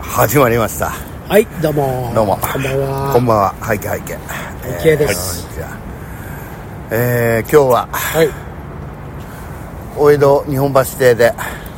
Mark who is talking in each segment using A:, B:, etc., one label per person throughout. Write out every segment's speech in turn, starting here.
A: 始まりました
B: はい、どうも。
A: どうも
B: こんばんは。
A: こんばんははいけはいけ
B: はいけです
A: えーこんにちはえー、今日は
B: はい。
A: お江戸日本橋邸で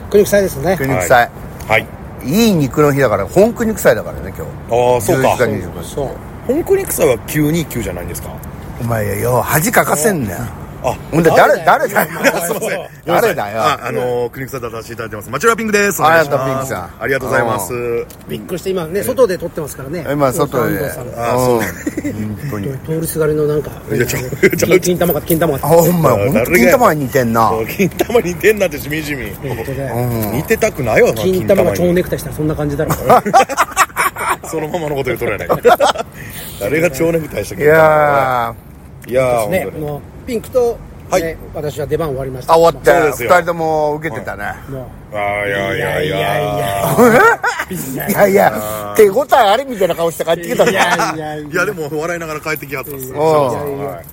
B: 国臭いですね。
A: 苦肉祭、
C: はい
A: い、い肉の日だから本苦肉祭だからね今日
C: ああそうか
A: 11月25日
B: そう。
C: 本国草は929じゃないんですか
A: お前よ恥かかせんなよ
C: あ
A: ほんで誰誰だよ
C: すいません
A: 誰だよ
C: あ、あのー、クリニックさん出させていただいてます。町浦ピンクです。お
A: あ
C: 願
A: や
C: いします
A: たピンクさん
C: ありがとうございます。
B: びっくりして、今ね、外で撮ってますからね。
A: 今外で
B: 安藤さんが
C: あそう
A: うん本当に
B: 通りすがりのなんか、
C: いやちょちょ
B: 金金玉が金玉
A: あ
B: が。
A: ほんまほんと金玉に似てんな
C: そう金玉に似てんなってしみじみ。
B: 本当で
C: 似てたくないわな、
B: 金玉が超
C: に
B: ネクタイしたらそんな感じだろう。
C: そのままのこと言うとるやないか。 誰が超ネクタイした
A: い
C: け
A: や
C: いやー、
B: ね、こ
C: 本当に。
B: のピンクと、
C: はい
B: ね私は出番終わりまし
A: ーあ
B: た。
A: 終わっ
C: そう
A: た
C: です
A: 二
C: よ
A: 人とも受けてたね
B: も
C: ああ、いやいやい
B: いやい
C: や。
B: う。いや
A: いやいや手応えありみたいな顔して帰ってきた
B: いや
A: ね
B: いやい
C: いや、でも笑いながら帰ってきはったっす。
A: おう
C: はい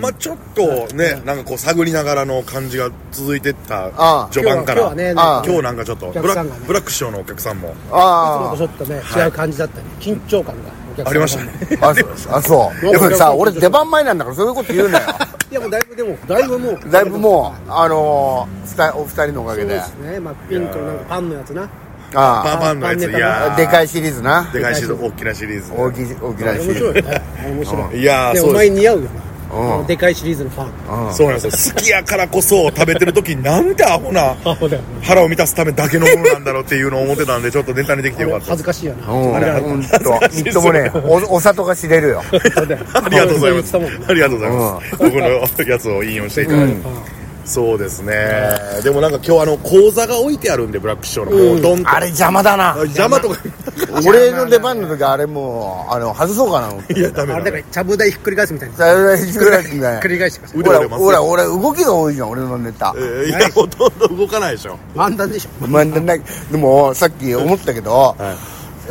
C: まあちょっとね、なんかこう探りながらの感じが続いてった
A: ああ
C: 序盤か
B: 今日
C: ら。
B: はね
A: ああ
C: 今日なんかちょっと、ブ
B: 客
C: ラ
B: さん
C: ッ
B: がね
C: ク、ブラック師匠のお客さんも。
A: あ
B: や。ちょっとね、違う感じだったね。緊張感がお客さんの
C: ありましたね。
A: ああそうあそうでもさ俺出番前なんだからそういうこと言うなよ
B: いや、もうだいぶでも、だいぶもう。
A: だいぶもうあのーふたお二人のおか
B: そ
A: げ
B: う
A: で
B: ですね。まあ、ピンクのなんかパンのやつな。
C: パ
A: あ
C: ンパンのやつ、いや
A: あ
C: ー
A: でかいシリーズな
C: でかいシリーズ、大きなシリーズ。
A: 大きい大きなシ
B: 面
A: リー
B: 白い
A: ズ
B: よね。面白い。
C: いやー、
B: で
C: そ
B: お
C: う
B: 前
C: で
B: 似合う
A: う
B: よ
A: ん
B: なあのでかいシリーズのファン
C: す。そうなんですよ。好きやからこそ食べてる時になんてアホな
B: アホだよ
C: 腹を満たすためだけのものなんだろうっていうのを思ってたんで、ちょっとネタにできてよかった
B: 恥ず
C: です。
B: かしいよな
A: うん
B: 俺ら
A: ほんとほんともねおお里が知れるよ
B: そうだよ
C: ありがとうございます。
B: そう言ってたもん
C: ありがとうございます。僕のやつを引用していただいて。そうですね。でもなんか今日あの、講座が置いてあるんで、ブラック師匠の。もうドンと。
A: あれ邪魔だな
C: 邪魔とか。
A: 俺の出番の時あれもうあの外そうかな思って
C: いや、ダメ
B: あれ
C: だ
B: だか
C: め。
B: らちゃぶ台ひっくり返すみたいな
A: 最大一ぐらいみたい
B: ひっ
A: な
B: くり返してまし
A: ほ
C: 腕
A: ら
C: 折れます。
A: ほら俺動きが多いじゃん俺のネタ
C: えーいや、ほとんど動かないでしょ。
B: た漫談でしょ
A: まあ、なんかでもさっき思ったけど、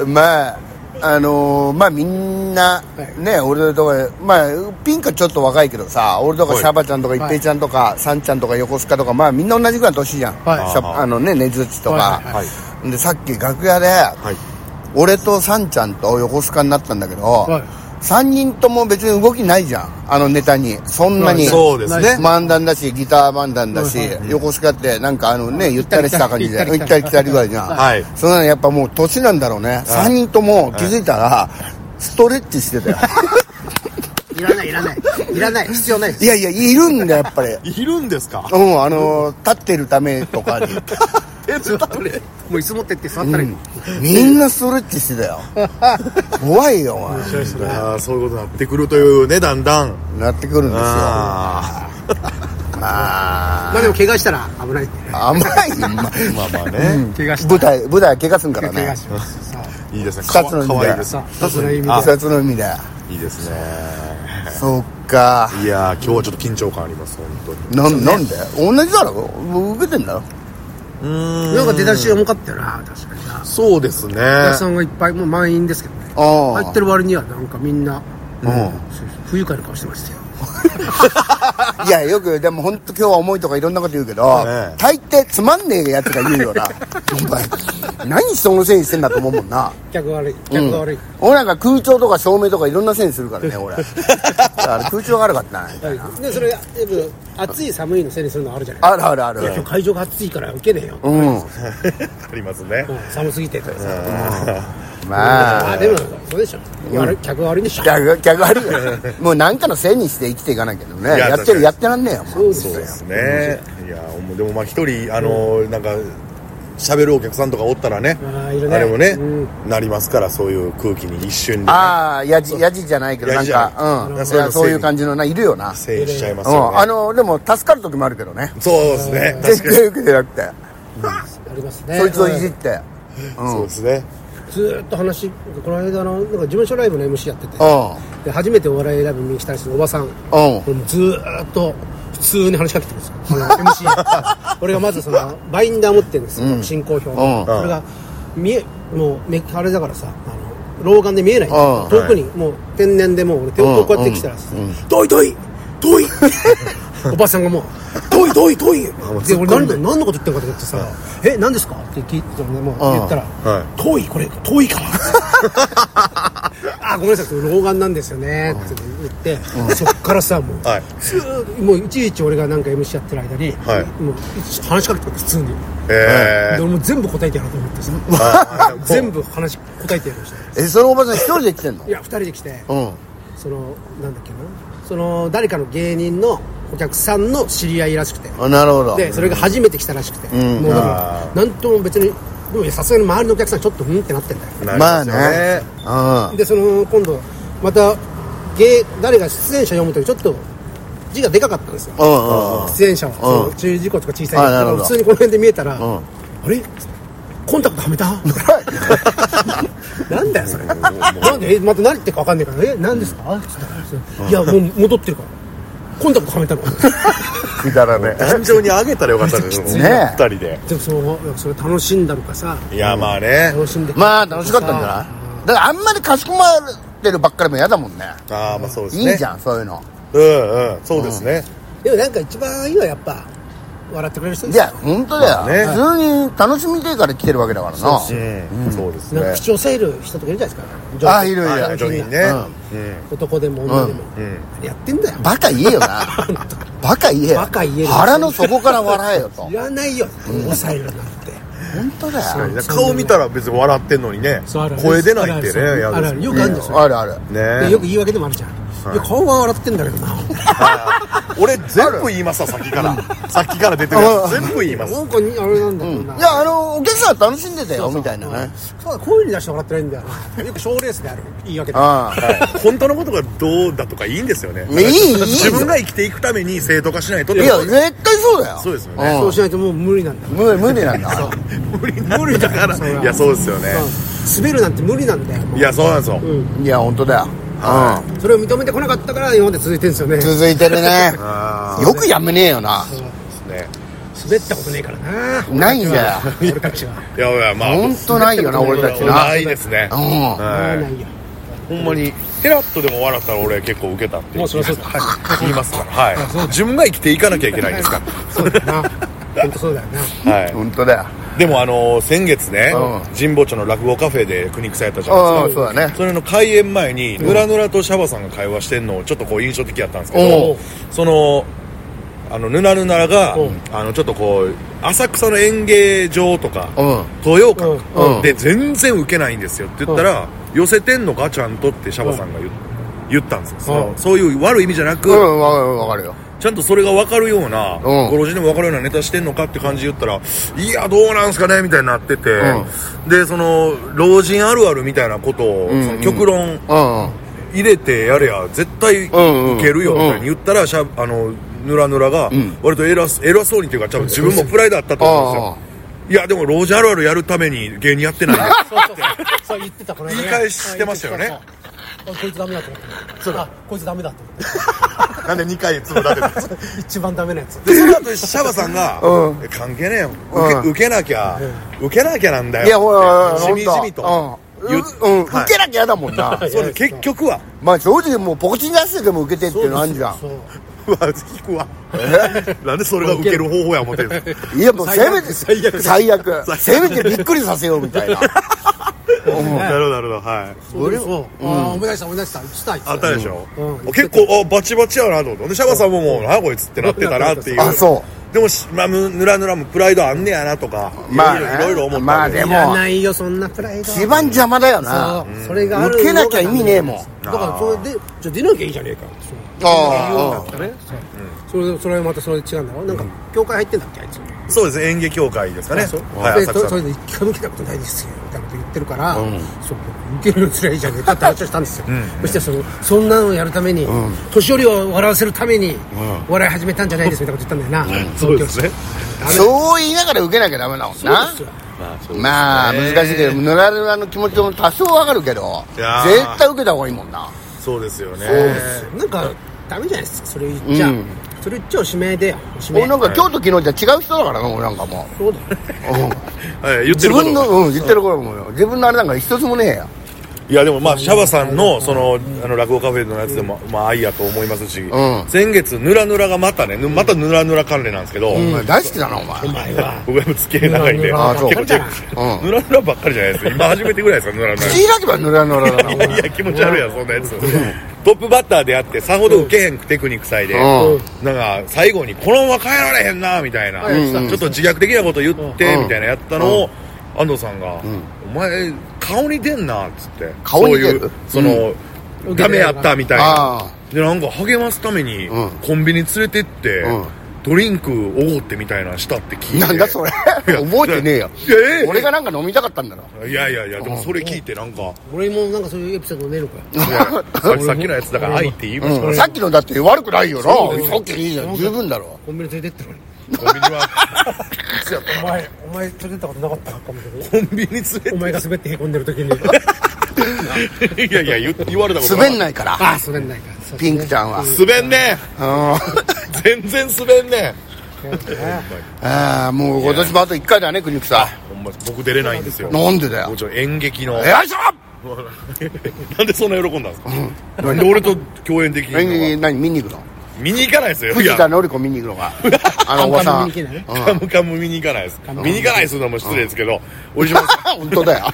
A: まああのーまあみんな
B: はい
A: ね、俺とかまあピンクはちょっと若いけどさ俺とか
C: はい
A: シャバちゃんとか一平ちゃんとか、サンちゃんとか横須賀とかまあみんな同じぐらいの年じゃん、
B: はい
A: シャあのねねずっちとか、
B: はいはい
C: はい
A: でさっき楽屋で、
C: はい。
A: 俺とサンちゃんと横須賀になったんだけど、
B: い
A: 3人とも別に動きないじゃんあのネタにそんなに、
C: はいそうですね
A: 漫談だしギター漫談だし、横須賀ってなんかあのねゆったりした感じで
B: ゆっ
A: ゆ
B: たりし
A: ったたり来たりぐらいじゃん、
C: はい
A: そんなのやっぱもう年なんだろうね、三3人とも気づいたら、ストレッチしてたよ
B: いらないいらないいらない必要ない
A: いやいやいるんだやっぱり
C: いるんですか
A: うんあの立ってるためとかに、
B: もう椅子持ってって座ったらいい
A: みんなストレッチしてたよ怖いよお前
C: ああそういうことになってくるというねだんだん
A: なってくるんですよ
C: あ
A: まあ
B: まあでも怪我したら危ない
A: 甘いままあまあね
B: 怪我した
A: 舞台舞台は怪我すんから
B: 怪
A: ね
B: 我しますさあ
C: あいいですね
A: 二つの意味で
C: かわいいです
B: さあさすが意味で
A: 自殺の意味で
C: いいですね
A: そっか
C: いやー今日はちょっと緊張感あります本当に
A: なんなんで同じだろ受けてんだろ
B: なんか出だし重かったよな確かにな
C: そうですね
B: お客さんがいっぱいもう満員ですけどね
A: ああ
B: 入ってる割にはなんかみんな
A: う
B: そうそう不愉快な顔してましたよ
A: んいやよくでも本当今日は重いとかいろんなこと言うけど
C: ええ
A: 大抵つまんねえやつが言う よなお前何人のせいにしてんだと思うもんな
B: 客が悪い客が悪い
A: 俺なんか空調とか照明とかいろんなせいにするからね 俺だから空調が悪かったな
B: はいでそれやっぱ暑い寒いのせいにするのあるじゃない
A: あるあるある
B: 今日会場が暑いから受けねえよ、
A: う
B: うん
A: ん
C: ありますね
B: 寒すぎてとかさ、
A: まあ
B: あでもそうでしょ、悪い客が悪いんでしょ
A: 逆逆あるよもう何かのせいにして生きていかなきゃねや
C: いや
A: ってる
C: 確か
A: やってらんねえよ
B: そうです
C: そう
B: よ
C: ですねいやーでもまあ一人あのーなんか喋るお客さんとかおったらね
B: あーいるね
C: あれもね
B: う
C: なりますからそういう空気に一瞬で
A: ああやじやじじゃないけどな
C: や
A: ん
C: じじゃない
A: かうん
C: なるほ
A: そ
C: ど
A: うそういう感じのないるよな
C: 制しちゃいま
A: う
C: すよ
A: ん
C: ね
A: あのでも助かる時もあるけどね
C: そうですね確
A: 絶
C: かに
A: 対受けてなくて
B: ありますね
A: そいつをいじって
C: そうですね
B: ずーっと話この間のなんか事務所ライブの MC やってて
A: う
B: で初めてお笑いライブ見に来たりするおばさん
A: んうん
B: ずーっと普通に話しかけてるんですよその MC 俺がまずそのバインダー持ってるんですよ、進行表の、
A: うん
B: それが見えもうめあれだからさあの老眼で見えないんだよ、
A: うん
B: 遠くにもう天然でもう俺手をこうやってきたらさ「遠い遠い遠い」おばさんがもう「遠いいどいどい
C: もう
B: で
C: 突っ込ん
B: 俺何
C: で
B: だ何のこと言ってんかと思ってさ「え何ですか?」って聞いてたのねもう
A: うん
B: 言ったら
C: はい
B: 「遠いこれ遠いから」あごめんなさいその老眼なんですよね」って言って、そっからさもう、
C: はい
B: ずーっともういちいち俺がなんか MC やってる間に、
C: はい
B: もう話しかけてくる普通に、
C: え
B: で
C: え
B: 俺もう全部答えてやろうと思ってさ
C: はい
B: 全部話答えてやりました
A: えそのおばさん一人で来てんの
B: いや二人で来て
A: うん
B: そのなんだっけなその誰かの芸人のお客さんの知り合いらしくて
A: あなるほど
B: でそれが初めて来たらしくて、
A: ん
B: もうだ
C: あ
B: からなんとも別にでもいやさすがに周りのお客さんちょっとうんってなってんだよ
C: なり
A: まあ
C: す
A: ね
C: よね
A: うん
B: でその今度また芸誰が出演者読むときちょっと字がでかかったんですよ
A: うんうんうん
B: 出演者は、そ
A: うん
B: の注意事項とか小さい
A: あなるほど
B: 普通にこの辺で見えた
A: う
B: ら、
A: ん
B: あれコンタクトはめたなんだよそれなんでえまた何言ってるか分かんないからえ何ですか、いやもう戻ってるからコンタクトはめたの
A: くだらね
C: 壇上に上げたらよかったです
A: ね
C: 2人で
B: でもそのそれ楽しんだのかさ
C: いやまあね
B: 楽しんで
A: まあ楽しかったんじゃ
B: さ
A: ないだからあんまりかしこまってるばっかりも嫌だもんね
C: ああまあそうですね
A: いいじゃんそういうの
C: うんうんそうですね
B: でもなんか一番いいのはやっぱ笑ってくれる人
A: いや本当だよ、
C: まあ
A: 普通に楽しみてえから来てるわけだからな
C: うんそうです
B: なんか
C: ね
B: 口を抑える人とかいるじゃないですか女性
A: あいるい
C: は
A: る
C: いジョニーねうん
B: 男でも女でも、
C: んうん
B: やってんだよ
A: バカ言えよなバカ言えよ
B: バカ言えよ
A: 腹の底から笑えよと
B: いらないよ抑えるなんて
A: 本当だよ
C: 顔見たら別に笑ってんのにね
B: そうあるある
C: 声出ないってね
B: あるあるあ
C: や
B: るあ
C: だ
B: るよくあるんですよ
A: あるある
B: で
C: ね
B: よく言い訳でもあるじゃん、い、や顔は笑ってんだけどな
C: 俺全部言いましたさっきからさっきから出てるやつ全部言います
B: なんかにあれなんだよな、
A: いやあのお客さんは楽しんでたよみたいなね
B: そうだ声に出して笑ってないんだよなよく賞ーレースである言い訳で
A: ああ
C: はい本当のことがどうだとかいいんですよね
A: いいいいよ
C: 自分が生きていくために正当化しないとっ
A: い
C: て
A: や絶対そうだよ
C: そうですよね
A: ん
B: そうしないともう無理なんだよ
A: 無理無理なんだから
C: 無理無理だからいやそうですよね
B: そう滑るなんて無理なんだよもう
C: いやそうなんですよ
B: うん
A: いや本当だよ
C: は
A: うん
B: それを認めてこなかったから今まで続いてるんですよね
A: 続いてるね
C: あ
A: よくやめねえよな
C: あね
B: 滑ったことねえからな
A: ないんだよ
B: 俺たちは
C: いやいやまあ
A: 本当ない よな俺たちな
C: ないですね
A: うん
B: ならな
C: はい
B: よ
C: いほんまにペラッとでも笑ったら俺結構ウケたって
B: もうそりゃそうだ
C: 言いますからはい自分が生きていかなきゃいけないんですか
B: そうだ よな本当そうだよな
C: らはい
A: 本当だよ
C: でもあのー先月ね
A: う
C: 神保町の落語カフェで苦肉されたじゃない
A: うん
C: ですか
A: そうだね
C: それの開演前にぬらぬらとシャバさんが会話してんのをちょっとこう印象的やったんですけ
A: おう
C: どそのあのぬらぬらが
B: おう
C: あのちょっとこう浅草の演芸場とか
A: うん
C: 豊
A: うんう
C: 岡
A: ん
C: で全然ウケないんですよって言ったら寄せてんのかちゃんとってシャバさんが言っ言ったんですよそのそういう悪い意味じゃなく
A: うんわかるわかるよ
C: ちゃんとそれが分かるような、
A: うん
C: ご老人でも分かるようなネタしてんのかって感じで言ったら、いや、どうなんすかねみたいになってて、で、その、老人あるあるみたいなことを、
A: んうん
C: その極
A: う
C: 論
A: んうん
C: 入れてやれや、絶対
A: んうん
C: 受けるよみたいに言ったら、しゃあの、ぬらぬらが、
A: ん
C: 割と偉す偉そうにっていうか、多分自分もプライドあったと思うんですよ。いや、でも老人あるあるやるために芸人やってないんだよ
B: そうそう そう言ってたこの間ね
C: 言い返してましたよね
B: あ言ってたそうあこいつダメだと思ってそうだこいつダメだと思って
C: なんで2回つぶだてた
B: 一番ダメなやつ
C: で、その後シャバさんが、
A: う
C: 関係ねえよ。
A: うん
C: 受け受けなきゃ、受けなきゃなんだよ。
A: いやほら
C: し
A: ほら
C: みじみと。
A: うん
C: 言っ
A: うん
C: はい
A: 受けなきゃ嫌だもんな
C: そうです結局は、
A: まあ正直もうポコチン出してでも受けてっていうのあんじゃん
B: そう
C: うわ、引くわ。 なんでそれが受ける方法や思ってるんですか
A: いやもうせめて
B: 最悪
A: 最悪せめてびっくりさせようみたいな
C: なるほど、なるほど、はい。
B: そうそうああ思い出した思い出したしたい
C: あったでしょ
B: うん
C: お結構、あ、バチバチやなと思って。で、シャバさんももう、な、こいつってなってたなっていう。。
A: あそう
C: でもし、まあ、ぬぬらぬらもプライドあんねやなとか、
A: まあ
C: い
A: ね
C: ろいろいろいろ思った。
A: まあで
B: い
A: も
B: らないよそんなプライドは
A: 一番邪魔だよ
B: そ
A: な
B: うそれがある
A: 受けなきゃ意味ねえもん
B: だからそれでじゃあ出なきゃいいじゃねえか
A: あ
B: そうねそうそれそれはまたそれで違うんだろなんか教会入ってんだっけあいつ
C: そうですね、演劇協会ですかね。はい、
B: で
C: 浅
B: そ
C: 草
B: それ
C: の。
B: で一回も来たことないですよみたいなこと言ってるから、そう受けるのつらいじゃねえかって話をしたんですよ、そしてそのそんなのやるために、年寄りを笑わせるために、笑い始めたんじゃないですみたいなこと言ったんだよな、
C: そうですね。
A: そう言いながら受けなきゃダメだもん
B: そう
A: な
B: ですよ
A: まあ難しいけどぬらぬらの気持ちも多少わかるけど
C: いやー
A: 絶対受けた方がいいもんな
C: そうですよね。
B: なんかダメじゃないですかそれ言っちゃ、う
A: うん
B: それ言っちゃおしめでおしめ
A: 俺なんか今日と昨日じゃ違う人だからな俺なんかも
B: そうだよ
A: ううん
C: はい、言って
A: 自
C: ること
A: 分
C: が
A: のうん言ってる頃もよ自分のあれなんか一つもねえや
C: いやでもまあシャバさんのそのあの落語カフェのやつでもまあ愛やと思いますし、
A: ん
C: 先月ヌラヌラがまたねぬまたヌラヌラ関連なんですけど、
A: お前大好きだなお前
B: お前 は
C: 僕はもう付き合い長いんで
B: ヌ
C: 結
B: ラ
A: ヌラ
C: 構チェックして
A: うん
C: ヌラヌラばっかりじゃないです今初めてぐらいですか ヌラヌラ
A: 口開けばぬらぬらだなお前
C: いや気持ち悪いやんそんなやつトップバッターであってさほど受けへんテクニックさえで、
A: うん
C: なんか最後にこのまま変えられへんなみたいな、ちょっと自虐的なこと言って、
A: うん
C: みたいなやったのを、安藤さんが、お前顔に出んな」っつって
A: 顔に出
C: そうい
A: る
C: うその、
B: うん
C: ダメやったみたい
A: あ
C: な
A: あ
C: でなんか励ますために、
A: うん
C: コンビニ連れてって、
A: うん
C: ドリンクおごってみたいなのしたって聞いて
A: なんだそれ覚えてねえよ
C: ええ
A: 俺がなんか飲みたかったんだろ
C: いやいやいやでもそれ聞いてなんか、
B: 俺もなんかそういうエピソードねえのかよ
C: いやささっきのやつだから愛って言いましたから、
A: さっきのだって悪くないよ
B: そうだ
A: な
B: よ
A: さっきいいじゃん十分だろ
B: コンビニ連れてったのに
C: コンビニは
B: お前お前連れてったことなかったかもしれない
C: コンビニ連れて
B: お前が滑ってへこんでる時に
C: いやいや言う言われたこと
A: 滑ん
C: ない
A: ないから
B: ああそれないかそう
A: ピンクちゃんは
C: 滑んね
A: うん
C: え全然滑んね
A: ああもう今年もあと1回だね国木さ
C: えほんま僕出れないんですよ
A: んなんでだ
C: も
A: よ
C: うちょ演劇の
A: よいしょ
C: なんでそんな喜んだんですか、なんで俺と共演できるの
A: 何
C: は
A: 何見に行くの
C: 見に行かないですよ
A: 藤
C: い
A: 田
C: や
A: 紀子見に行くのかあのおばさん
B: カンカン見に行
C: カムカム見に行かないです見に行かないするのも失礼ですけど折島さん
A: うん 本当だよ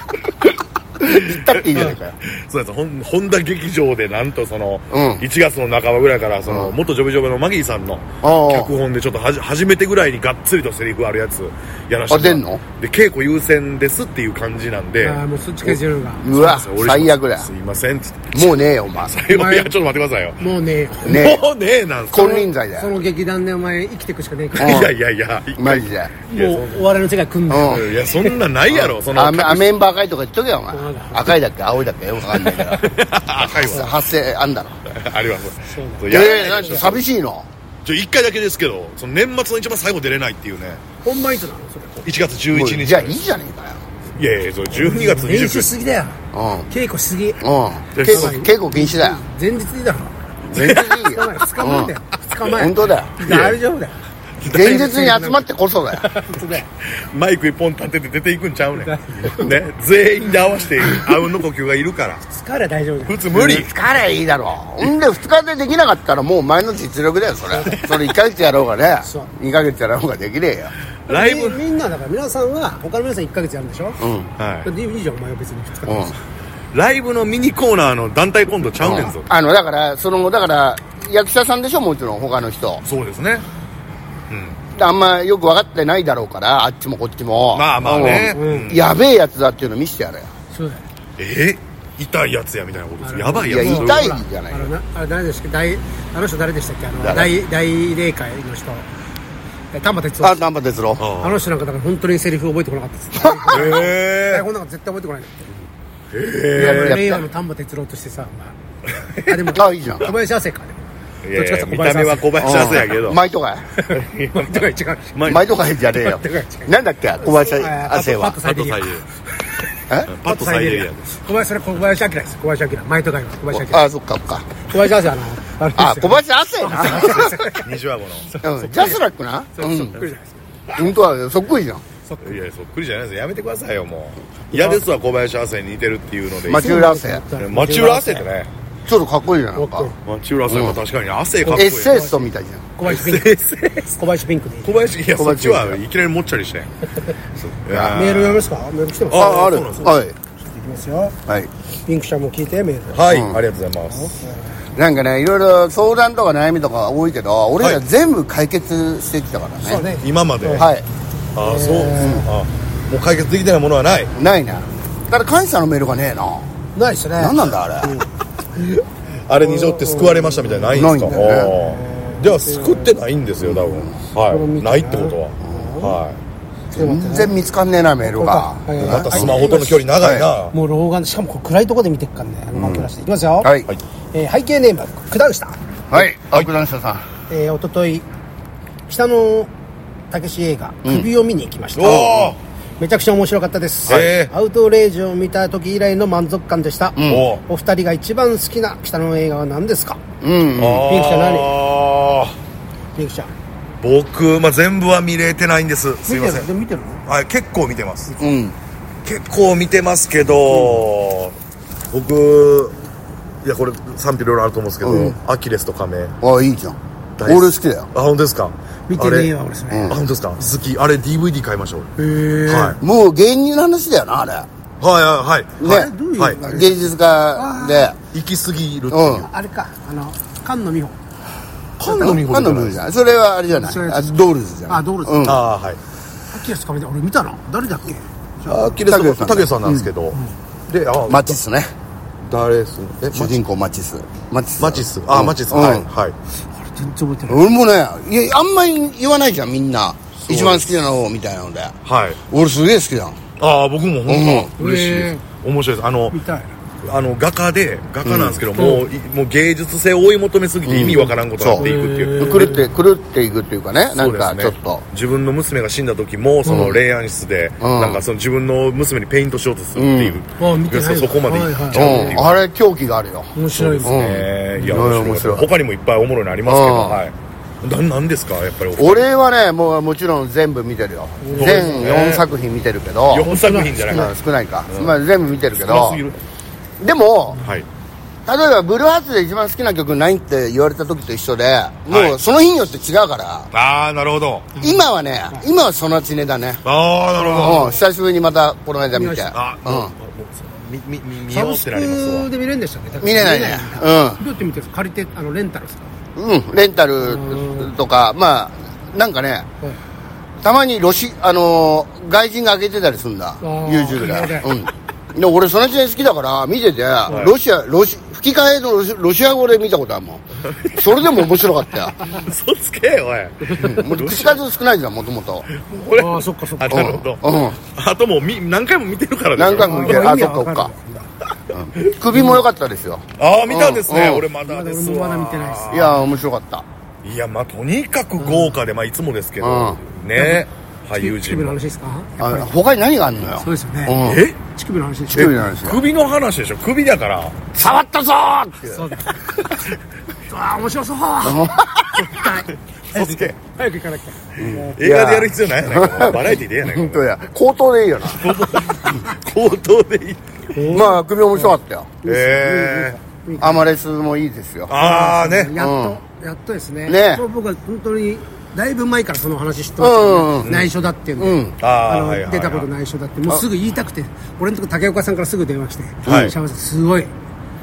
A: 行ったっていいじゃないかよ
C: そうです本本田劇場でなんとその、
A: うん
C: 1月の半ばぐらいからその、元ジョブジョブのマギーさんの
A: ああ
C: 脚本でちょっとはじ初めてぐらいにがっつりとセリフあるやつやらせてもらって
A: あ出んの
C: で稽古優先ですっていう感じなんで
B: ああもうそっちから自由が
A: うわ
C: そうです
A: 最悪だよ
C: すいませんっつって
A: もうねえよお前
C: いやいやちょっと待ってくださいよ
B: もうねえよ
A: ね
C: もうねえなんすか
A: 金輪際だ
B: そ
A: よ
B: の劇団でお前生きていくしかねえか
C: い
B: ら
C: やいやいや
A: マジで
B: もうお笑いの世界組んで
A: うん
C: いやそんなないやろその
A: アメアメンバー赤いとか言っとけよお前
B: そうだ
A: 赤いだっけ青いだっけよくわかんないけ ど
C: 赤いわ
A: 発生あんだろ
C: ありますそう
A: え
C: や
A: え何寂しいの
C: ちょ一回だけですけどその年末の一番最後出れないっていうね
B: ほんまいつなのそれ
C: 1月
A: もう
C: 11日
A: じゃあいいじゃね
C: いやいやそれ12月
B: 練習
C: 29
B: しすぎだよ
A: えかよ
B: 稽古しすぎ
A: うんうん
C: で
A: 稽古稽古禁止 だよ
B: 前日にだろ
A: 全然いいよ
B: 2日前だよ2日前
A: 本当だよ
B: 大丈夫だよ
A: 現実に集まってこそだよ
C: マイク一本立てて出ていくんちゃうね んね全員で合わせてあうんの呼吸がいるから
B: 疲れ大丈夫だよ
C: 普通無理
A: 疲れいいだろほんで2日でできなかったらもうお前の実力だよそれそれ1ヶ月やろうがね
B: そう
A: 2ヶ月やろうができねえよ
C: ライブ
B: みみんなだから皆さんは他の皆さん1ヶ月やるんでしょ
A: うん
C: はい
B: だっていいじゃんお前は別に2日
A: う
B: で
A: ん
C: ライブのミニコーナーの団体コントちゃうねんぞ、
A: あのだからその後だから役者さんでしょもちろん他の人
C: そうですね
A: あんまよく分かってないだろうからあっちもこっちも
C: まあまあね
A: うんやべえやつだっていうの見せてやれよ
B: そうだよ
C: え痛いやつやみたいなことですやばいや
A: い
C: つ
A: や
C: そうう
A: 痛いじゃない
B: あのなあれ誰でしたっけ大あの人誰でしたっけあの
A: 誰
B: 大大霊界の人え丹波哲
A: あ
B: 郎
A: 丹波哲郎
B: あの人なんかだから本当にセリフ覚えてこなかったです
C: え
B: 台本なんか絶対覚えてこない
A: やっ
B: 令
A: た
B: 和の丹波哲郎としてさお 前あでも
A: あいいじゃん
B: 小林亜生か でも
C: ー、いやい
B: ど
C: や
B: っち
C: 見
B: かったてい
C: 目
B: うと
C: は小林亜生やけど、
A: うん前とか
B: 今とか違う
C: ま
A: 前とかじゃねえ よ
B: 前とか違う
A: なんだっけ小林亜生は
B: パッと
C: パ
B: サ
C: ッ
B: イデ
C: と
B: リ
C: サ
B: ア
C: イデリ
A: え
C: アパッとサイデリア
B: 小林それ小林明です小林明前とか今小林明
A: あそっかそっか
B: 小林亜生あのあれですよ
A: あ小林亜生
C: 西和子
A: なうんジャスラックな
B: そううそっ
A: ん
B: くりじゃないですか
A: 本当はそっくりじゃん
C: のいや そっくりじゃないですやめてくださいよもう嫌ですわ小林亜生に似てるっていうので
A: 町浦亜生
C: 町浦亜生ってね
A: ちょっとかっこいいじゃんなんか
B: かっこ
C: 町浦亜生は確かに亜生かっこい
A: エ
C: い
A: ッセイストみたいじゃん
B: 小林ピンク小林ピンクでいい
C: 小林い
A: 小
C: やそっ
A: 林
C: ちはいきなりもっちゃりしていや
B: メール読みますかメール来てます
C: あ
A: あある
C: そうなんです
A: はい
B: いきますよ
A: はい
B: ピンクちゃんも聞いてメール
C: はい、ありがとうございます
A: なんかねいろいろ相談とか悩みとか多いけど俺ら
C: はい
A: 全部解決してきたからね
B: そうね
C: 今まで、
A: はい
C: ああそう、あもう解決できてないものはない
A: ないなただ感謝のメールがねえな
B: ないですね
A: 何なんだあれ
C: あれに乗って救われましたみたいなのないんですか
A: ないんだよ
C: ああじゃあ救ってないんですよ多分はいないってことはは
A: 全然見つかんねえなメールが
B: これか
C: い
B: はい
C: またスマホとの距離長いな、
B: もう老眼しかもこう暗いところで見てっかんであのマッキュラしていきますよ
A: はい
C: はい
B: えー背景ネームは九段下
A: はい奥田下さん
B: えー、おととい北野武史映画「首を見に行きました、
C: おー
B: めちゃくちゃ面白かったです、
C: へー
B: アウトレイジを見た時以来の満足感でした、
A: ん
C: お
B: お二人が一番好きな北野映画は何ですか
A: うん
B: ピンクちゃん
C: あ
B: リクちゃん
C: ー僕、まあ、全部は見れてないんですすいませ
B: で
C: ん
B: も見てるの
C: はい結構見てます
A: うん
C: 結構見てますけど、僕いやこれ賛否いろいろあると思うんですけど、アキレスとカメ
A: あいいじゃん
C: 大
A: 俺好きだよ
C: あ本当ですか
B: 見てねえわ
C: あれ
B: 俺それ
C: あ本当ですか好きあれ DVD 買いましょう
B: へえ
C: は
A: もう芸人の話だよなあれ
C: いはいはいはい
A: ね
B: どういう
C: はい
B: あ
A: 芸術家で
C: 行き過ぎるって
A: う
C: い
A: ん
C: う
B: あれかあの菅野美穂
C: 菅
A: カ
C: 野美
A: ンノミホ
C: 穂
A: じゃないそれはあれじゃない
B: それ
A: あドールズじゃない
B: あドールズ
A: うん
C: ああはい
B: アキラスかめて俺見たの誰だっけ
C: アキレス
A: タケさん
C: とタケさんなんですけどであ
A: マチスね
C: 誰ですえ
A: 主人公マチスマチス
C: マチスあマチスはいはい
B: あれ全然覚えてない
A: 俺もねいやあんまり言わないじゃんみんな一番好きなのみたいなので
C: はい
A: 俺すげえ好きだもん
C: ああ僕も本当
B: うん
C: 嬉しいです面白いですあの
B: 見たいな
C: あの画家で画家なんですけど、もういもう芸術性を追い求めすぎて意味わからんことになっていくっていう、
A: 狂って狂っていくっていうかねなん
C: そ
A: か
C: うで
A: ち
C: す
A: ょ
C: ね
A: っと
C: 自分の娘が死んだ時もその霊安室で、
A: うん
C: なんかその自分の娘にペイントしようとするっていう、
B: うんあ見てない
C: そそこまでいっち
A: う
C: ゃうっていう、
A: んあれ狂気があるよ
B: 面白いですね
C: えーいや
A: うん
C: 面
A: 面
C: 白
A: 白
C: い
A: い
C: 他にもいっぱいおもろいのありますけど、
A: うん
C: はいななんですかやっぱりお
A: 俺はねもうもちろん全部見てるよ
C: ん
A: 全4作品見てるけど
C: 4作品じゃない
A: まあ少ないかまあ全部見てるけ
C: 少な
A: ど
C: すぎる
A: でも
C: はい
A: 例えばブルーハーツで一番好きな曲ないって言われた時と一緒で
C: は
A: も
C: いう
A: その日によって違うから
C: ああなるほど
A: 今はね今はそのチネだね
C: ああなるほど
A: うん久しぶりにまたこの間見
B: 見
A: て
B: まし
C: あ
A: うん
C: もうみみみ見
B: サ
C: よう
B: ブ
C: っ
B: スク
C: てなりますわ
B: で見れるんでしたね
A: 見れないね
B: 見れないんだどうやって見てるんですか借りてあのレンタルですか
A: うん、レンタルとか、まあ、なんかね、たまにロシ、あのー外人が開けてたりするんだ、
B: ー
A: YouTube
B: なる
A: で。
B: ほ
A: うん。で、俺、その時代好きだから、見てて、ロシア、ロシ、吹き替えのロシロシア語で見たことあるもん。それでも面白かったよ。
C: 嘘つけおい
A: もう口数少ないじゃん、もともと。
C: 俺
B: あーそっかそっか
C: あなるほど
A: うん
C: あともうみ何回も見てるからでしょ
A: 何回も見てる。あ、
B: あ意味
A: そっ
B: わ
A: かそっ
B: かんない
A: か。うん首も良かったですよ。
C: ああ見たんですね
A: うん
C: 俺まだです
B: まだ俺もま
C: わ
B: だ見てないです
A: いや、面白かった。
C: いやまあとにかく豪華でまあいつもですけどね俳優
B: 乳首
C: 陣
B: の
C: も
B: 話ですか
A: あの他に何があるのよ。
B: そうですよね
A: うん
C: え
B: 乳首の話でし
A: 乳
B: ょ
A: 首なんですよ。
C: 首の話でしょ首だから
A: 触ったぞーって。
B: そう だあー面白そう
C: 嘘つけ
B: 早く行かなきゃ
C: 映画でやる必要ないやないかバラエティで やない
A: 本
C: か
A: 当や。口頭でいいよな。
C: 口 頭でいい
A: まあ、首面白かったよ。
C: ええ
A: アマレスもいいですよ。
C: ああね
B: やっとやっとですね
A: ね
B: もう僕は本当にだいぶ前からその話知ってますよ
A: う
B: ね内緒だっていう
A: う
B: の
A: ん
C: あー
B: あの
C: はいはいはい
B: 出たこと内緒だってもうすぐ言いたくて俺のとこ竹岡さんからすぐ電話して
C: はい
B: シャワさんすごい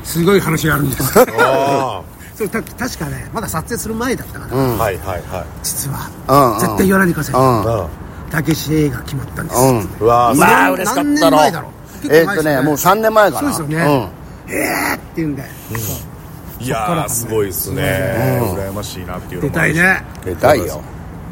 B: すごい話があるんです
C: あ
B: それた確かねまだ撮影する前だったか
A: う
B: ら
C: あ
A: ん。
C: はいはいはい
B: 実
A: うんう
B: は
A: ん
B: 絶対言わないでくださ
A: う
C: あ
B: いたけしが決まったんです
A: ん。うん。
C: あうわ
A: う
C: ー
A: わあ、
B: 何
A: 嬉しかった
B: 何
A: の。
B: 年前だろ結構前
A: えーっと
B: ですよね
A: ね、もう3年前かな。
B: そうですよねええって言うんで
C: いやーすごいっすね羨ましいなっていうの
B: 出
C: もあ
B: た
C: る
B: い
C: し
B: ね
A: うん。痛いよ。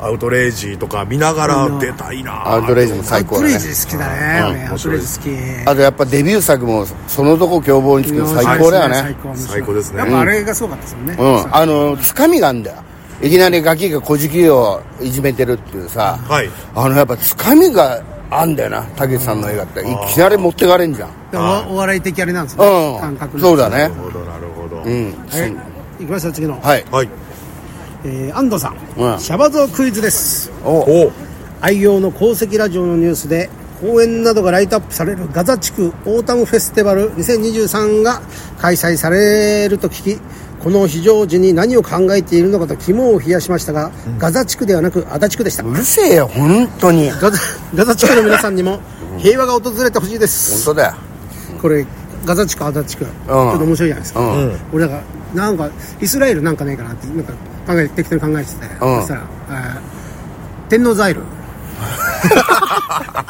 C: アウトレイジとか見ながら出たいな
A: アウトレイジも
B: ア
A: 最
B: ウ
A: 高
B: ト
A: だ
B: レイ
A: ね。
B: ジ好きだ
C: うん
B: ね俺ア
C: 面
B: ウト
C: 白い
B: レ
C: で
B: イ
C: す
B: ジ好き
A: あとやっぱデビュー作も、そのとこ凶暴につくの最高だよね。
B: 最
C: 最
B: 高
C: 高
B: で
C: ですす
B: ね
C: ね
B: やっぱあれがすごかったですよね、
A: うん。あの、つかみがあんだよ。いきなりガキが小じきをいじめてるっていうさ。
C: はい
A: あの、やっぱつかみがあんだよな。たけしさんの映画って。いきなり持ってかれんじゃん。
B: でおわお笑い的あれなんですね、感
A: う
B: 覚
A: ん。
B: の
A: そうだ
C: な
A: ね
C: る。ほどなるほど
A: うん。
B: はい行きましょう次の、
A: はい。
C: はい
B: えー安藤さん、
A: うん
B: シャバ像クイズです
A: お
C: おう
B: 愛用の功績ラジオのニュースで公園などがライトアップされるガザ地区オータムフェスティバル2023が開催されると聞きこの非常時に何を考えているのかと肝を冷やしましたが、ガザ地区ではなく足立区でした
A: うるせえよ、本当に。
B: ガザガザ地区の皆さんにも平和が訪れてほしいです
A: 本当だよ。
B: これガザ地区足立区、ちょっと面白いじゃないですか、
A: うん
B: 俺なんかなんかイスラエルなんかねえかなってなんか考え適当に考えてて、
A: うん
B: そしたら、えー天王 ザイル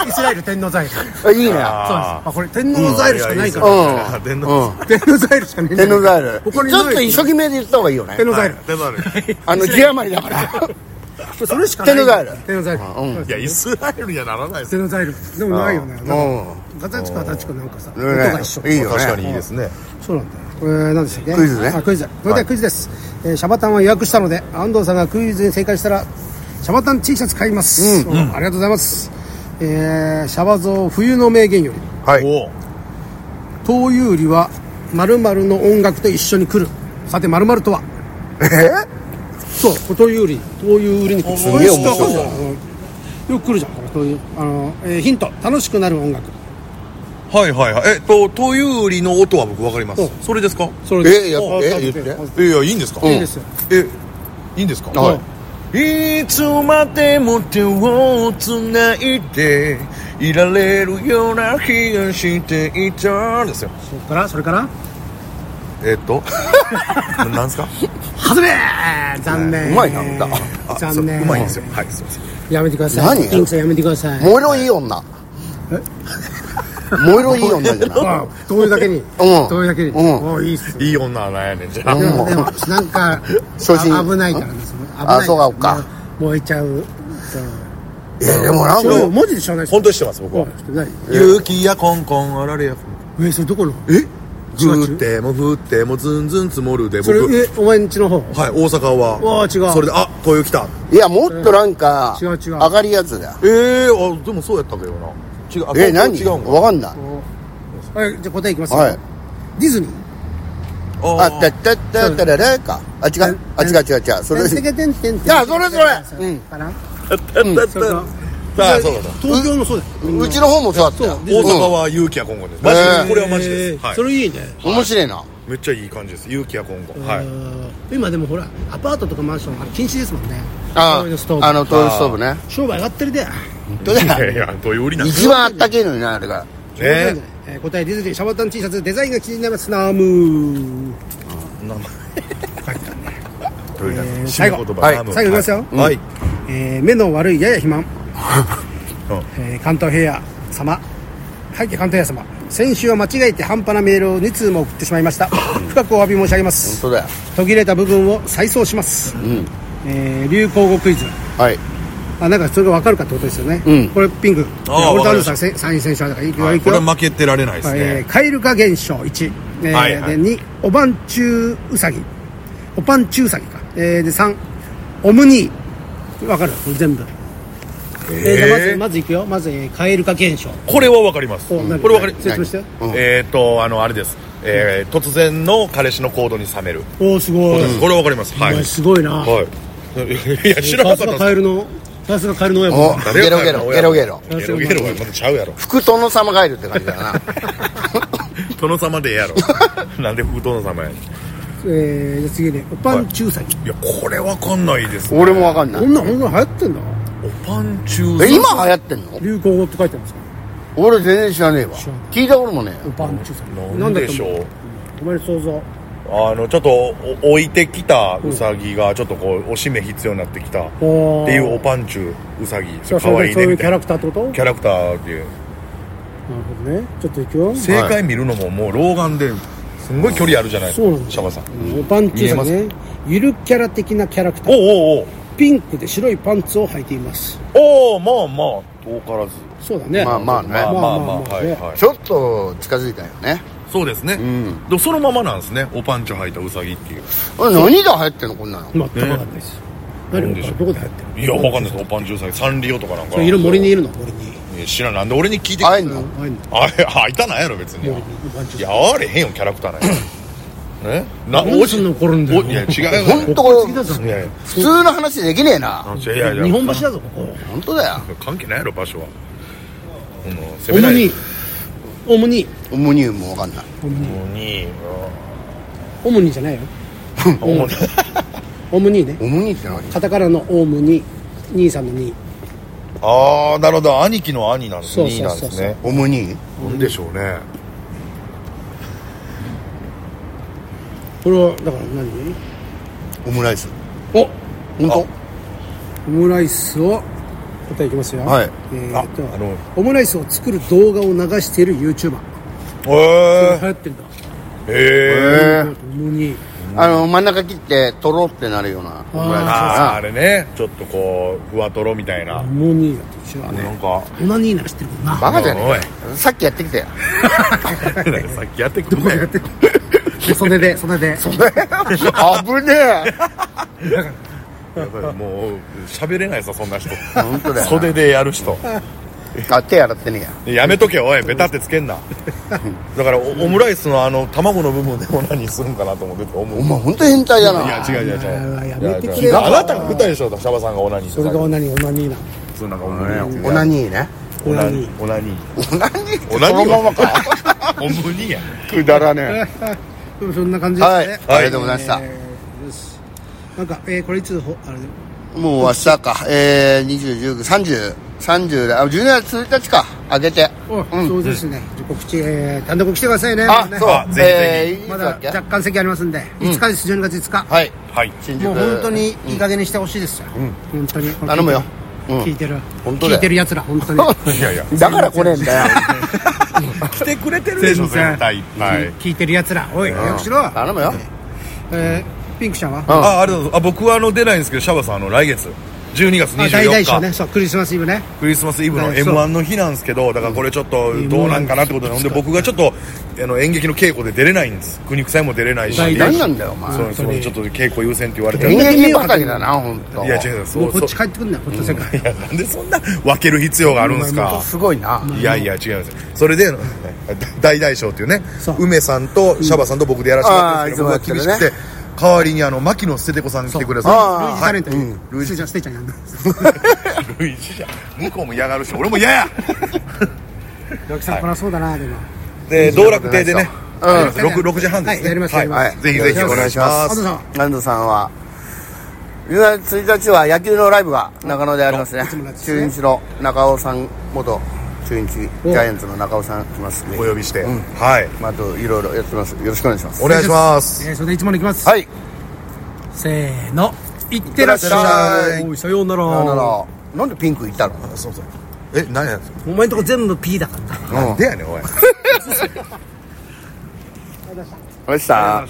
B: イスラエル天王ザイルそうです
A: あいいね。
C: あ
B: あこれ天王ザイルしかないから、
A: うん
C: あ電
A: う
C: 動
A: ん。
B: 天王ザイルしかねえんだ
A: 天王ザイル。ち
B: 他に
A: ょっと
B: ない
A: 一生懸命で言った方がいいよね。
B: 天王ザイル、
C: 電動 ある
A: あの、字余りだから。
B: それしかない
A: 天王ザイル
B: 天王ザイル、
A: うん
B: そう
C: いやイスラエルにはならないです
B: 天王ザイルでもないよねなんか
A: う
B: ガザ地区はガザ地区なんかさ、音
A: ん
B: が一緒
A: いいよね。
C: いですね
B: そうなんだ。えー、何でしたっけ
A: クイズね
B: あ、クイズ。それではクイズです。えーシャバタンは予約したので、安藤さんがクイズに正解したら、シャバタン T シャツ買います。うん、ありがとうございます。えー、シャバ像冬の名言より、
A: はい。
C: おう
B: 東有利は〇〇の音楽と一緒に来る。さて〇〇とは
A: え
B: そう、東有利。東有利に来る。
A: すげえ面白そう
B: うんよく来るじゃん、これ。東有あの、えーヒント。楽しくなる音楽。
C: はいはいはいえっとという売りの音は僕わかります
B: うん
C: それですか
B: それ
A: え
B: で
A: やっ
B: す
A: ぱえ言って
C: いやいいんですか、
A: うん
B: いいですよ
C: えいいんですか
A: はい
C: いつまでも手をつないでいられるような気がしていたんですよ
B: それからそれから
C: えっと ななんですか
B: 外れー残念
A: うまいな歌
C: あそう
B: 残念
C: うまいんですよはいすいません
B: やめてください
A: 何
B: ピンクさんやめてください
A: 燃えろいい女燃えろいい女じゃない
B: あどういうだけにどういうだけに
A: うん
B: おいいっす
C: いい女はなんやねんじゃあ
B: でもでも
A: う
B: なんか
A: 初心
B: あ危ないからですね危ない
A: あそうかそうか
B: 燃えちゃうそう
A: えでもなん
B: それ
A: か
B: 文字で知らないです
C: 本当にしてます僕
B: お
C: は
B: ちょっと何
C: 勇気やコンコンあられや
B: えそれどこの
C: え
B: 違う
C: 降っても降ってもずんずん積もるで
B: そ
C: 僕
B: れ
C: はい
B: えお前んちの方
C: 大阪は
B: わあ違う
C: それであ豊来た
A: いやもっとなんか
B: 違う違う
A: 上がりやつだよ
C: ええあでもそうやったけどな違うあ
A: え何
C: 違うんか
A: わかんない
B: はいじゃあ答えいきますよ
A: はい
B: ディズニー
A: あったったったたられかあ違うあ違う違う違うそれ
B: てんてけてんてんてん
A: あそれそれうん
B: かな
C: うん
A: うん
C: あそうだそうだ
B: 東京もそうだよ
A: うちの方もそうだったよ
C: 大阪は勇気や今後です。マジ
A: へー
C: でこれはマジです。は
B: それいいね
A: うん面白いな
C: めっちゃいい感じです。勇気や今後。は
B: う
C: い。
B: ん今でもほらアパートとかマンションあれ禁止ですもんね
A: あ
B: そういうストーブ
A: あのトイレストーブね
B: 商売上がってるで
A: どうだ
C: いやいやどういう売りなんです
A: 一番あったけえのになあれが
C: かね。
B: えー答えディズニーシャバタン T シャツデザインが気になりますナーム
C: 名前。
B: えー
C: 最後言葉
A: はい
C: ナム
B: 最後いきますよ
C: はい。
B: えー目の悪いやや肥満、えー関東平野様背景関東平野様先週は間違えて半端なメールを2通も送ってしまいました深くお詫び申し上げま
A: 本
B: す
A: 当だよ
B: 途切れた部分を再送します、
A: ん
B: えー流行語クイズ
A: はい
B: あなんかそれが分かるかってことですよね、
A: うん
B: これピンク
C: あー
B: 俺とアル
C: わかりま
B: さん
C: した
B: せ参院選手だからいくよ、、
C: はいい
B: く
C: こ
B: よ
C: れ負けてられないです
B: え
C: ね
B: ー。蛙化現象1、えー
C: はいは
B: で
C: い
B: 2おばんちゅううさぎおぱんちゅううさぎか、えーで3オムニーわかるこれ全部、えーじゃあまずまずいくよまず、えー、蛙化現象
C: これはわかります。こ
B: お何
C: れわかり。
B: 説明して
A: うん
C: えっとあのあれです。えー突然の彼氏の行動に冷める。
B: おおすごい、
C: これわかります。は
B: お
C: い。は
B: 前すごいな、
C: い。いや知らな
B: さ
C: か
B: すが
C: ったです。
B: カエルのさすがカエルの親
A: お
B: 分だ
A: ゲロゲロゲロゲロ
C: ゲロゲロはまたちゃうやろ。
A: 福殿様ガエルって感じだよな
C: 殿様でええや ろ。なんで不殿様やねん。い
B: えー、じゃあ次ねおぱんちゅううさぎ、
C: やこれわかんないです。
A: 俺もわかんない
B: こんなんこんなん流行ってんだ
C: おパンチュー。
A: え今流行ってんの
B: 流行語って書いてあるんですか
A: 俺全然知らねえわ
B: 知らない
A: 聞いたこともね
B: おぱんちゅううさぎ
C: なん
B: だ
C: で
B: と
C: し
B: 思
C: ょう
B: お前の想像
C: あのちょっとお置いてきたウサギがちょっとこうおしめ必要になってきたって
B: おー
C: いうおパンチュウサギ
B: じゃあ
C: か
B: そ
C: わ
B: れ
C: い
B: でそう
C: いね
B: いう
C: み
B: キャ
C: たい
B: ラ
C: な
B: クターってこと
C: キャラクターっていう
B: なるほどねちょっといくよ
C: 正解見るのももう老眼ですんごい距離あるじゃないです
B: そうなん
C: か
B: だ
C: シャバさん
B: おパンチューさんねゆるキャラ的なキャラクタ
C: お
B: ー
C: おう
B: ピンクで白いパンツを履いています
C: おうおうまあまあ遠からず
B: そうだね
A: まあまあね
C: まあまあまあ
B: まあまあ
C: はいはい
A: ちょっと近づいたよね
C: そうですね
A: ん
C: でもそのままなんですねおパンチュ履いたウサギっていう
A: あれ何が流行ってんのこんなの
B: 全く分かんないです何
C: なんで
B: が
C: しょう
B: どこで入ってる
C: いやわかんないですおパンチュウサギサンリオとかなん
B: そ
C: か
B: れいる森にいるの森に
C: いや知らんなんで俺に聞いてく
A: 会え
C: る
A: んの
B: あいんの
C: あれあいたないやろ別に
B: 森におパンチュー
C: いや
B: さん
C: あれへんよキャラクターなんやねな
B: 何すんの転んで
C: おいや違うよ
A: 本当こ
B: 次だぞ
A: れ
C: いやいや
A: 普通の話できねえない
C: やいや
B: 日本橋だぞここ
A: 本当だよ
C: 関係ないやろ場所はこの
B: オ
C: 攻め
B: ム
C: ない
B: ニーオムニー
A: オムニウムもわかんない
C: オムニ
B: オムニーじゃないよ
C: オムニ
B: オムニーね
A: オムニって何
B: カタカナのオムニー兄さんのニー
C: ああなるほど兄貴の兄なんです
B: そう
C: ね
B: そう
C: 兄なんですね
A: オムニ
C: なんでしょうね
B: これはだから何
A: オムライス
B: お
A: 本
B: オムライスを答えいきますよ
A: はい
B: えーっと
C: ああの
B: オムライスを作る動画を流している YouTuber
C: へ
B: 流行ってんだ
C: えへえ
A: 当へえ
B: 無に
A: あの真ん中切ってとろってなるようなオムライス
C: あーあ
A: だ
C: れねちょっとこうふわとろみたいな
B: 無にだって知ら
C: な
B: ね
C: んか
B: えオナニーなら知ってるもんな
A: なバカじゃ
C: おい
A: ねえかさっきやってきた よ
C: さっきやってくれ
B: 袖で袖で
A: 危ねえ
C: やっぱりもう喋れないさそんな人
A: 本当だよ
C: 袖でやる人
A: あ手洗ってねえや
C: やめとけおいベタってつけんなだからおオムライスのあの卵の部分でも何するんかなと思ってて思う
A: お前本当変態だ
C: い
A: な
C: や違う違う違う
B: やめてくれよ
C: いや違うあなたが舞台でしょシャバさんがオナニー
B: それがオナニーオナニーな
C: 普通なんか
A: ね
C: オナニー
A: オナニーね
C: オナニ
B: 何
C: ーオナニー
A: 何
C: オナニ
A: そ
C: ー
A: のままか
C: オムニや
A: くだらね
B: でもそんな 感じ
A: え
B: です
A: はい、
B: ね、
A: ありがとうございました、
B: えーよしなんか、えーこれいつほあれ
A: もう明日かえー、20、19、30、30あ12月1日かあげて
B: お、そうですね、告知、えー単独来てくださいね
A: あ
B: ね
A: そう
C: あぜひぜ
A: えー、いつ
B: ま
A: だ
B: だ
A: っけ
B: 若干席ありますんで、5日です12月5日、
A: はい
C: はい
A: 新宿
B: もう本当にいい加減にしてほしいですよ、本当に
A: 頼むよ、うん
B: 聞いてる
A: 本当だ
B: 聞
A: よ
B: いてるやつら本当に
C: いやいや
A: だから来ねえんだ よ
C: 来てくれてるでしょ絶対いっぱい
B: 聞いてるやつらおいよくしろ、
A: 頼むよ
B: えーピンクちゃんは、
A: ん
C: あありがとうございますあ僕はあの出ないんですけどシャバさんあの来月12月
B: あ大大賞
C: 24日
B: ねそうクリスマスイブね
C: クリスマスイブの
B: はい
C: m
B: そう
C: 1の日なんですけどだからこれちょっとどうなんかなってことでほんで僕がちょっとあの演劇の稽古で出れないんです苦肉祭も出れないし
B: 大
A: 何なんだよお前
C: そうですそうですちょっと稽古優先って言われてる
A: 人間畑だな本当
C: いや違うそ
B: もう
C: う
B: こ
C: そ
B: っ
C: う
B: ち帰ってくんなよこっちの世界
C: いやなんでそんな分ける必要があるんですか
A: すごいない
C: やいや違いますよそれで 大大賞っていうね
B: そう
C: 梅さんとシャバさんと僕でやらせてもらってるんですけ
A: うんあー
C: ど
A: いつもや
C: 僕が
A: ってる
C: 厳しくて代わりにあの牧野捨てて子さん来てくだ
A: あー
B: ルイージタレン
C: さい
B: ト
C: は
B: に、
C: い
B: ルイージじゃステイちゃんやんな
C: ルイージじゃ向こうも嫌がるし俺も嫌や
B: よきさんこらそうだなでも
C: で道楽亭でね
A: うん
C: やります六六時半です
B: はいやりますやります
A: はい
C: ぜひぜひお願いしま
B: あ
C: す
B: とさん
A: 安藤さんは12月1日は野球のライブが中野でありますね
B: いつものやつです
A: 中
B: ね
A: 日の中尾さん元中日ジャイアンツの中尾さん来ますんで
C: お呼びしてはい
A: まああといろいろやってますよろしくお願いします
C: お願いします
B: えーそれでいつものいきます、
A: はい
B: せーのいってらっしゃいおいさようなら
A: ならなんでピンクいったの
C: そうそうえ何やつ
B: お前んとこ全部 P だからな
C: なんでやねんおい
A: どうした